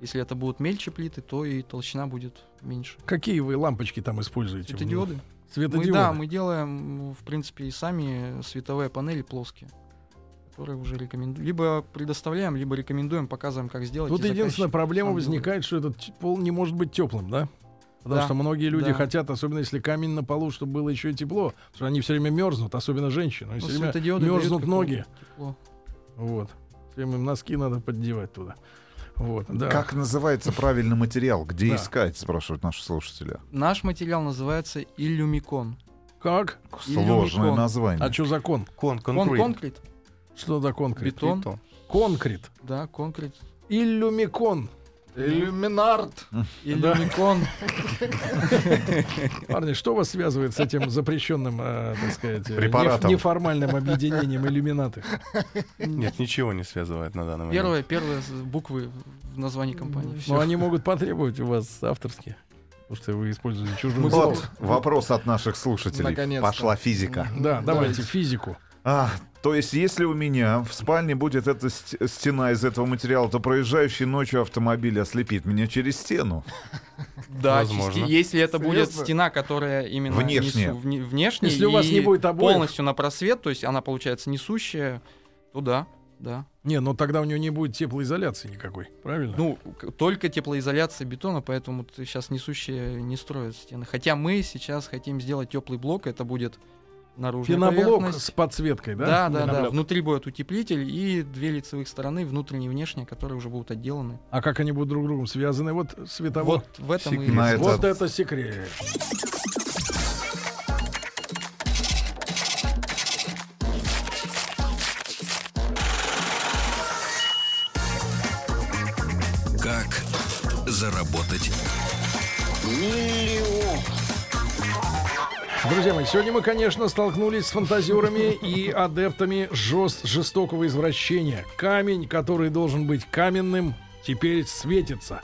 S5: Если это будут мельче плиты, то и толщина будет меньше.
S2: Какие вы лампочки там используете?
S5: Это диоды.
S2: Светодиоды.
S5: Мы, да, мы делаем, в принципе, и сами световые панели плоские, которые уже рекомендуем. Либо предоставляем, либо рекомендуем, показываем, как сделать.
S2: Тут
S5: и
S2: единственная
S5: заказчик
S2: проблема
S5: сам
S2: возникает, что этот т- пол не может быть теплым, да? Потому
S5: Да,
S2: что многие люди
S5: да.
S2: хотят, особенно если камень на полу, чтобы было еще и тепло, потому что они все время мерзнут, особенно женщины, они
S5: делает. Ну,
S2: все время
S5: светодиоды дают
S2: мерзнут
S5: какое-то
S2: ноги,
S5: тепло.
S2: вот. Всё время им носки надо поддевать туда, вот. Да.
S3: Как называется правильный материал? Где
S2: Да.
S3: искать, спрашивают наши слушатели.
S5: Наш материал называется иллюмикон.
S2: Как?
S3: Сложное
S5: Иллюмикон.
S2: А
S3: название.
S2: что за кон?
S6: Кон,
S5: Он
S6: конкрет.
S5: конкрет,
S2: Что за конкрет?
S5: бетон,
S6: Бетон.
S2: Конкрет.
S5: да, конкрет,
S2: Иллюмикон.
S4: Иллюминарт.
S5: иллюмикон.
S2: Парни, что вас связывает с этим запрещенным, э, так сказать, э, неф-
S3: Препаратом.
S2: неформальным объединением
S5: [LAUGHS]
S2: иллюминаты?
S6: Нет, ничего не связывает на данный момент.
S5: Первые, первые з- буквы в названии компании.
S2: Но
S5: Всё.
S2: Ну, они могут потребовать у вас авторские, потому что вы используете чужую
S3: Вот вопрос от наших слушателей.
S4: Наконец-то.
S3: Пошла физика.
S2: Да, давайте
S4: Давайте.
S2: физику.
S3: А, то есть, если у меня в спальне будет эта ст- стена из этого материала, то проезжающий ночью автомобиль ослепит меня через стену.
S5: Да,
S6: Возможно.
S5: части- если это будет
S4: Серьезно?
S5: стена, которая именно
S3: Внешняя.
S5: несу- вне- внешняя
S2: Если у вас
S5: и
S2: не будет обоев.
S5: полностью на просвет, то есть она получается несущая, то да, да.
S2: Не, ну тогда у него не будет теплоизоляции никакой, правильно?
S5: Ну, к- только теплоизоляция бетона, поэтому сейчас несущие не строят стены. Хотя мы сейчас хотим сделать теплый блок, это будет наружная
S2: Пеноблок
S5: поверхность.
S2: с подсветкой, да?
S5: Да, да, да.
S2: Пеноблок.
S5: Внутри будет утеплитель и две лицевых стороны, внутренняя и внешняя, которые уже будут отделаны.
S2: А как они будут друг с другом связаны? Вот светово.
S5: Вот в этом и...
S3: Сигнал.
S2: Вот,
S3: это-
S2: это секрет.
S1: Как заработать?
S2: Друзья мои, сегодня мы, конечно, столкнулись с фантазерами и адептами жест жестокого извращения. Камень, который должен быть каменным, теперь светится.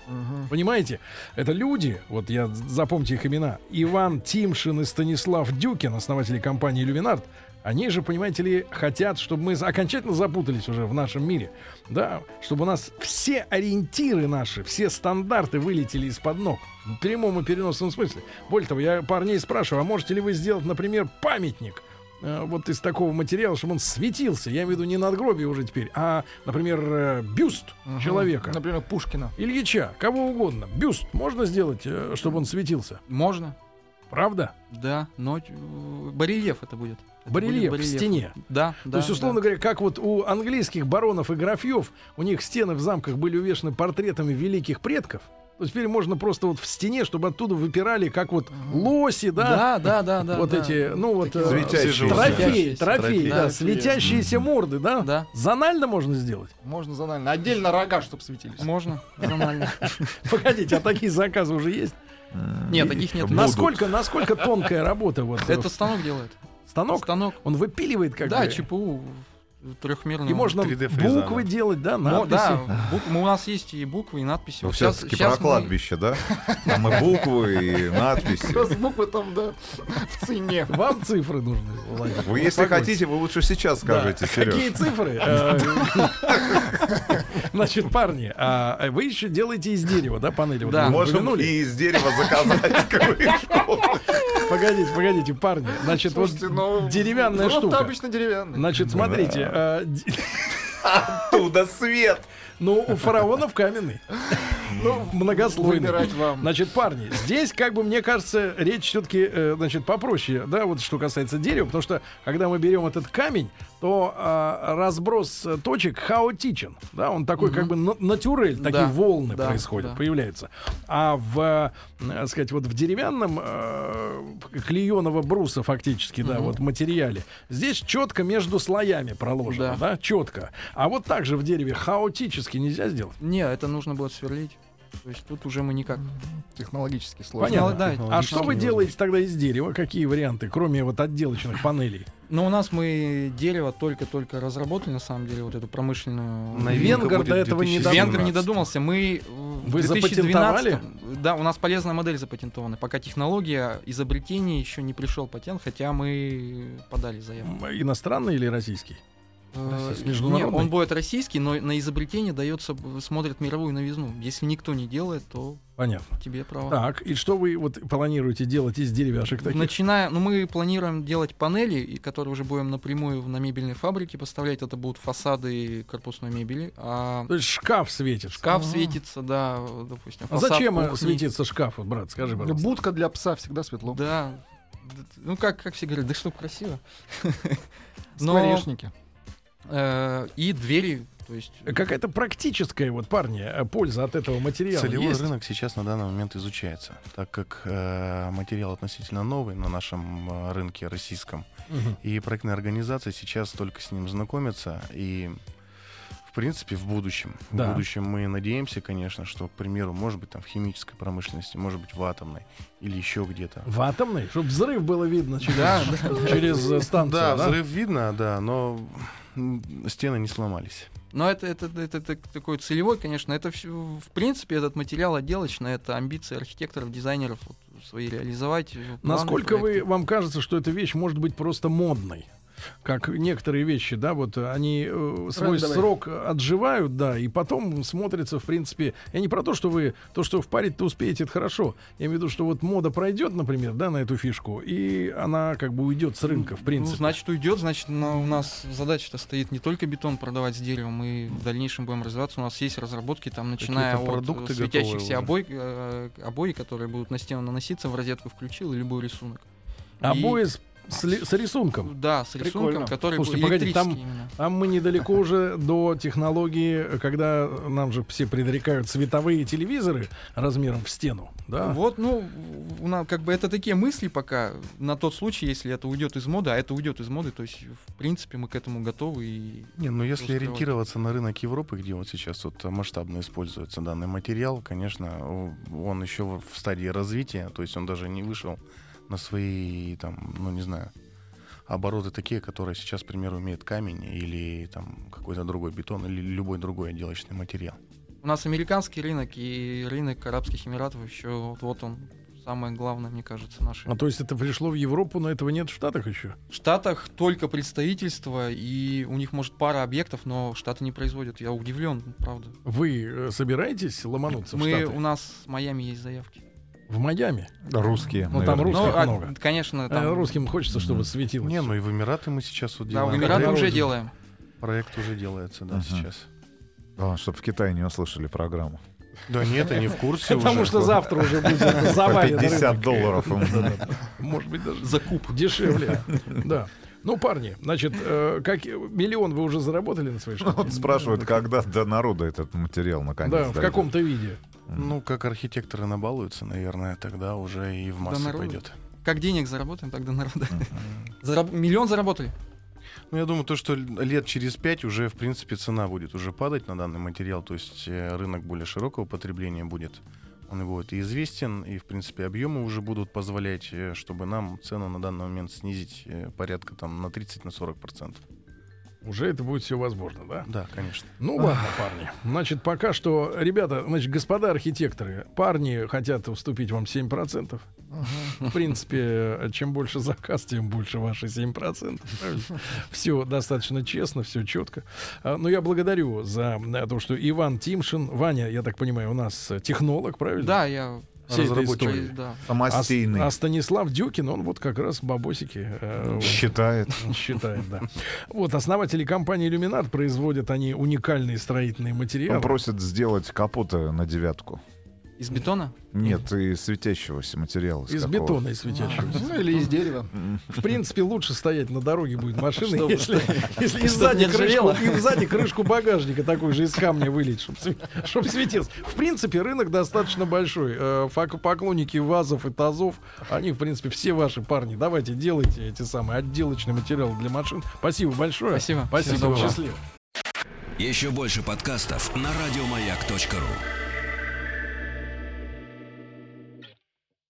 S2: Понимаете? Это люди, вот я запомните их имена, Иван Тимшин и Станислав Дюкин, основатели компании «Люминарт», они же, понимаете ли, хотят, чтобы мы окончательно запутались уже в нашем мире. Да, чтобы у нас все ориентиры наши, все стандарты вылетели из-под ног. В прямом и переносном смысле. Более того, я парней спрашиваю, а можете ли вы сделать, например, памятник? э, Вот из такого материала, чтобы он светился. Я имею в виду не надгробие уже теперь, а, например, э, бюст человека.
S4: Например, Пушкина.
S2: Ильича, кого угодно. Бюст можно сделать, э, чтобы он светился?
S5: Можно?
S2: Правда?
S5: Да, но э, барельеф это будет. Это будет
S2: Барельеф, в стене.
S5: Да, да.
S2: То есть, условно говоря, как вот у английских баронов и графьев, у них стены в замках были увешаны портретами великих предков, то теперь можно просто вот в стене, чтобы оттуда выпирали, как вот лоси, да,
S5: да. Да, да, да, да.
S2: вот
S5: да.
S2: эти, ну вот,
S5: Такие
S2: э,
S3: Светящиеся.
S2: трофеи,
S5: Светящиеся.
S2: трофеи, да,
S5: Трофеи.
S2: светящиеся морды, да?
S5: Да.
S2: Зонально можно сделать? [LAUGHS]
S4: Можно зонально. Отдельно рога, чтобы светились.
S5: Можно, зонально.
S2: Погодите, а такие заказы уже есть?
S5: Нет, таких нет.
S3: Будут.
S2: Насколько, насколько тонкая работа вот
S5: Это
S2: это
S5: станок делает.
S2: станок?
S5: Станок.
S2: Он выпиливает как
S5: Да,
S2: бы?
S5: ЧПУ
S3: Ну,
S5: трехмерный.
S2: И можно
S6: 3D фреза,
S2: буквы
S6: да.
S2: делать, да,
S5: Ну,
S2: надписи.
S5: да, бук- ну, у нас есть и буквы, и надписи.
S2: Типа,
S3: Ну,
S5: Вот щас-
S3: все-таки
S5: щас
S3: про
S5: мы-
S3: кладбище,
S2: [LAUGHS]
S3: да? Там и буквы, и надписи.
S4: [LAUGHS] Раз буквы там, да, в цене.
S2: Вам цифры нужны. Владимир.
S3: Вы, если
S2: Успокойтесь.
S3: хотите, вы лучше сейчас
S2: Да.
S3: скажите,
S2: Какие
S3: Сереж.
S2: цифры? Э, [LAUGHS] Значит, парни, а вы еще делаете из дерева, да, панели? Вот
S5: Да.
S2: вы
S3: Можем
S2: упомянули.
S3: и из дерева
S2: [LAUGHS]
S3: заказать крышку.
S2: Погодите, погодите, парни. Значит, вот
S4: Слушайте, ну...
S2: деревянная
S4: гроб-то
S2: штука.
S4: обычно деревянный.
S2: Значит, смотрите, э, д-
S3: Оттуда свет.
S2: [LAUGHS] ну, у фараонов каменный.
S4: Ну,
S2: Многослойный.
S4: Выбирать вам.
S2: Значит, парни, здесь, как бы, мне кажется, речь все-таки, значит, попроще, да, вот что касается дерева, потому что, когда мы берем этот камень, то а, разброс э, точек хаотичен, да, он такой, как бы, на- натюрель, такие
S5: Да,
S2: волны
S5: да,
S2: происходят,
S5: да.
S2: появляются. А в, э, так сказать, вот в деревянном э, клееного бруса фактически, да, вот материале, здесь четко между слоями проложено, да, четко. А вот так же в дереве хаотически нельзя сделать.
S5: Не, это нужно было сверлить. То есть тут уже мы никак.
S4: Технологически сложно.
S2: Понятно.
S5: Ну, да,
S2: А что вы делаете тогда из дерева? Какие варианты, кроме вот отделочных панелей?
S5: Но у нас мы дерево только-только разработали, на самом деле, вот эту промышленную...
S2: Венгер до этого не
S5: Венгер
S2: додумался.
S5: не додумался. Мы э, в
S2: Вы
S5: 2012 Да, у нас полезная модель запатентована. Пока технология изобретения еще не пришел патент, хотя мы подали заявку.
S2: М, Иностранный или российский?
S5: Э,
S2: Российский,
S5: не,
S2: международный?
S5: он будет российский, но на изобретение дается, б- смотрят мировую новизну. Если никто не делает, то
S2: Понятно.
S5: тебе право.
S2: Так, и что вы вот планируете делать из деревяшек таких?
S5: Начиная, ну мы планируем делать панели, и которые уже будем напрямую в- на мебельной фабрике поставлять. Это будут фасады корпусной мебели. А
S2: То есть шкаф светит.
S5: шкаф светится, да, допустим.
S2: А
S5: фасад
S2: зачем э,
S5: кухни.
S2: светится шкаф, вот, брат, скажи,
S6: Ну,
S2: пожалуйста.
S4: Будка для пса всегда светло.
S5: Да. Д- Ну как, как все говорят, да что красиво. Но
S4: Скворечники.
S5: э, и двери, то есть.
S2: Какая-то практическая, вот, парни, э, польза от этого материала
S6: Целевой
S2: есть?
S6: рынок сейчас на данный момент изучается, так как э, материал относительно новый на нашем э, рынке российском.
S2: Мгм.
S6: И проектные организации сейчас только с ним знакомятся. И, в принципе, в будущем.
S2: Да.
S6: В будущем мы надеемся, конечно, что, к примеру, может быть, там в химической промышленности, может быть, в атомной или еще где-то.
S2: В атомный? Чтобы взрыв было видно через, через, э, станцию,
S6: Да, взрыв видно, да, но м, стены не сломались.
S5: Но это, это, это, так- такой целевой, конечно. Это все, в принципе, этот материал отделочный, это амбиции архитекторов, дизайнеров вот, свои реализовать. э, планы,
S2: Насколько
S5: проекты.
S2: вы, вам кажется, что эта вещь может быть просто модной? Как некоторые вещи, да, вот э, они э, свой
S4: Трендовые.
S2: срок отживают, да, и потом смотрится, в принципе, я не про то, что вы, то, что впарить-то успеете, это хорошо. Я имею в виду, что вот мода пройдет, например, да, на эту фишку, и она как бы уйдет с рынка, в принципе.
S5: Ну, значит, уйдет, значит, на- у нас задача-то стоит не только бетон продавать с дерева, мы в дальнейшем будем развиваться. У нас есть разработки, там, начиная
S6: Какие-то
S5: от
S6: продукты
S5: э, светящихся
S6: готовы
S5: обой, э, обои, которые будут на стену наноситься, в розетку включил и любой рисунок.
S2: Обои
S5: И-
S2: А с, с ли- с рисунком.
S5: Да, с рисунком,
S4: Прикольно.
S5: который
S2: Слушайте,
S5: будет
S2: погоди, там-
S5: электрический именно.
S2: А мы
S5: [LAUGHS]
S2: недалеко уже до технологии, когда нам же все предрекают световые телевизоры размером в стену, да?
S5: Вот, ну, у нас как бы это такие мысли пока на тот случай, если это уйдет из моды, а это уйдет из моды, то есть в принципе мы к этому готовы и
S6: Не, ну если
S5: Просто вот.
S6: ориентироваться на рынок Европы, где вот сейчас вот масштабно используется данный материал, конечно, о- он еще в в стадии развития, то есть он даже не вышел на свои, там, ну не знаю, обороты такие, которые сейчас, к примеру, имеет камень или там какой-то другой бетон или любой другой отделочный материал.
S5: у нас американский рынок и рынок арабских эмиратов еще вот, вот он самое главное, мне кажется, наши.
S2: А то есть это пришло в Европу, но этого нет в Штатах еще?
S5: В Штатах только представительство и у них может пара объектов, но Штаты не производят. Я удивлен, правда.
S2: Вы э, собираетесь ломануться в
S5: Мы
S2: Штаты?
S5: у нас в Майами есть заявки.
S2: В Майами?
S3: Русские.
S2: Ну, там
S3: наверное.
S2: русские. Русских
S5: а,
S2: много.
S5: конечно, там,
S2: Э, Русским хочется, чтобы светилось.
S6: Не, ну и в Эмираты мы сейчас вот
S5: да,
S6: делаем.
S5: в Эмиратах
S2: Дороже.
S5: уже делаем.
S6: Проект уже делается, да,
S3: Ага.
S6: сейчас.
S3: Главное, чтобы Ну, а, в Китае не услышали программу.
S6: Да нет, они в
S2: [LAUGHS]
S6: курсе
S2: Потому
S6: уже.
S2: что завтра уже будет
S3: По
S2: завален [LAUGHS]
S3: 50
S2: рынок.
S3: долларов. им.
S2: Может быть, даже закуп. Дешевле. Да. Ну, парни, значит, э, как миллион вы уже заработали на
S3: [LAUGHS]
S2: своей штуке?
S3: Вот спрашивают, когда до народа этот материал наконец
S2: Да, в
S3: дойдет.
S2: каком-то виде.
S6: Ну, как архитекторы набалуются, наверное, тогда уже и в массы
S5: народу.
S6: пойдет.
S5: Как денег заработаем, тогда народа. [LAUGHS] Зараб- Миллион заработали.
S6: Ну, я думаю, то, что л- лет через пять уже, в принципе, цена будет уже падать на данный материал, то есть э, рынок более широкого потребления будет. Он и будет и известен, и, в принципе, объемы уже будут позволять, э, чтобы нам цену на данный момент снизить э, порядка там на 30-40%. процентов.
S2: Уже это будет все возможно, да?
S6: Да, конечно.
S2: Ну ладно, парни. Значит, пока что, ребята, значит, господа архитекторы, парни хотят уступить вам 7%. В принципе, э, чем больше заказ, тем больше ваши 7%. Все достаточно честно, все четко. А, Но я благодарю за э, то, что Иван Тимшин, Ваня, я так понимаю, у нас э, технолог, правильно?
S5: Да, я...
S2: Всей этой
S6: разработчик.
S2: истории.
S5: Да.
S2: А, С-
S3: Самостейный.
S2: а Станислав Дюкин, он вот как раз бабосики э,
S3: Считает.
S2: считает, да. Вот основатели компании Иллюминат производят они уникальные строительные материалы.
S3: Он просит сделать капота на девятку.
S5: Из бетона?
S3: Нет, и светящегося материала. с
S2: Из
S3: какого.
S2: бетона и светящегося.
S4: Ну или из дерева.
S2: В принципе, лучше стоять на дороге будет машина,
S5: Чтобы-
S2: если, если и,
S5: чтоб
S2: сзади
S5: не
S2: крышку,
S5: ржавело.
S2: и сзади крышку багажника такой же из камня вылить, чтобы, светился. В принципе, рынок достаточно большой. Э, фак- Поклонники вазов и тазов, они, в принципе, все ваши парни. Давайте, делайте эти самые отделочные материалы для машин. Спасибо большое.
S5: Спасибо.
S2: Спасибо.
S5: Всего доброго.
S2: Счастливо.
S1: Еще больше подкастов на радиомаяк.ру.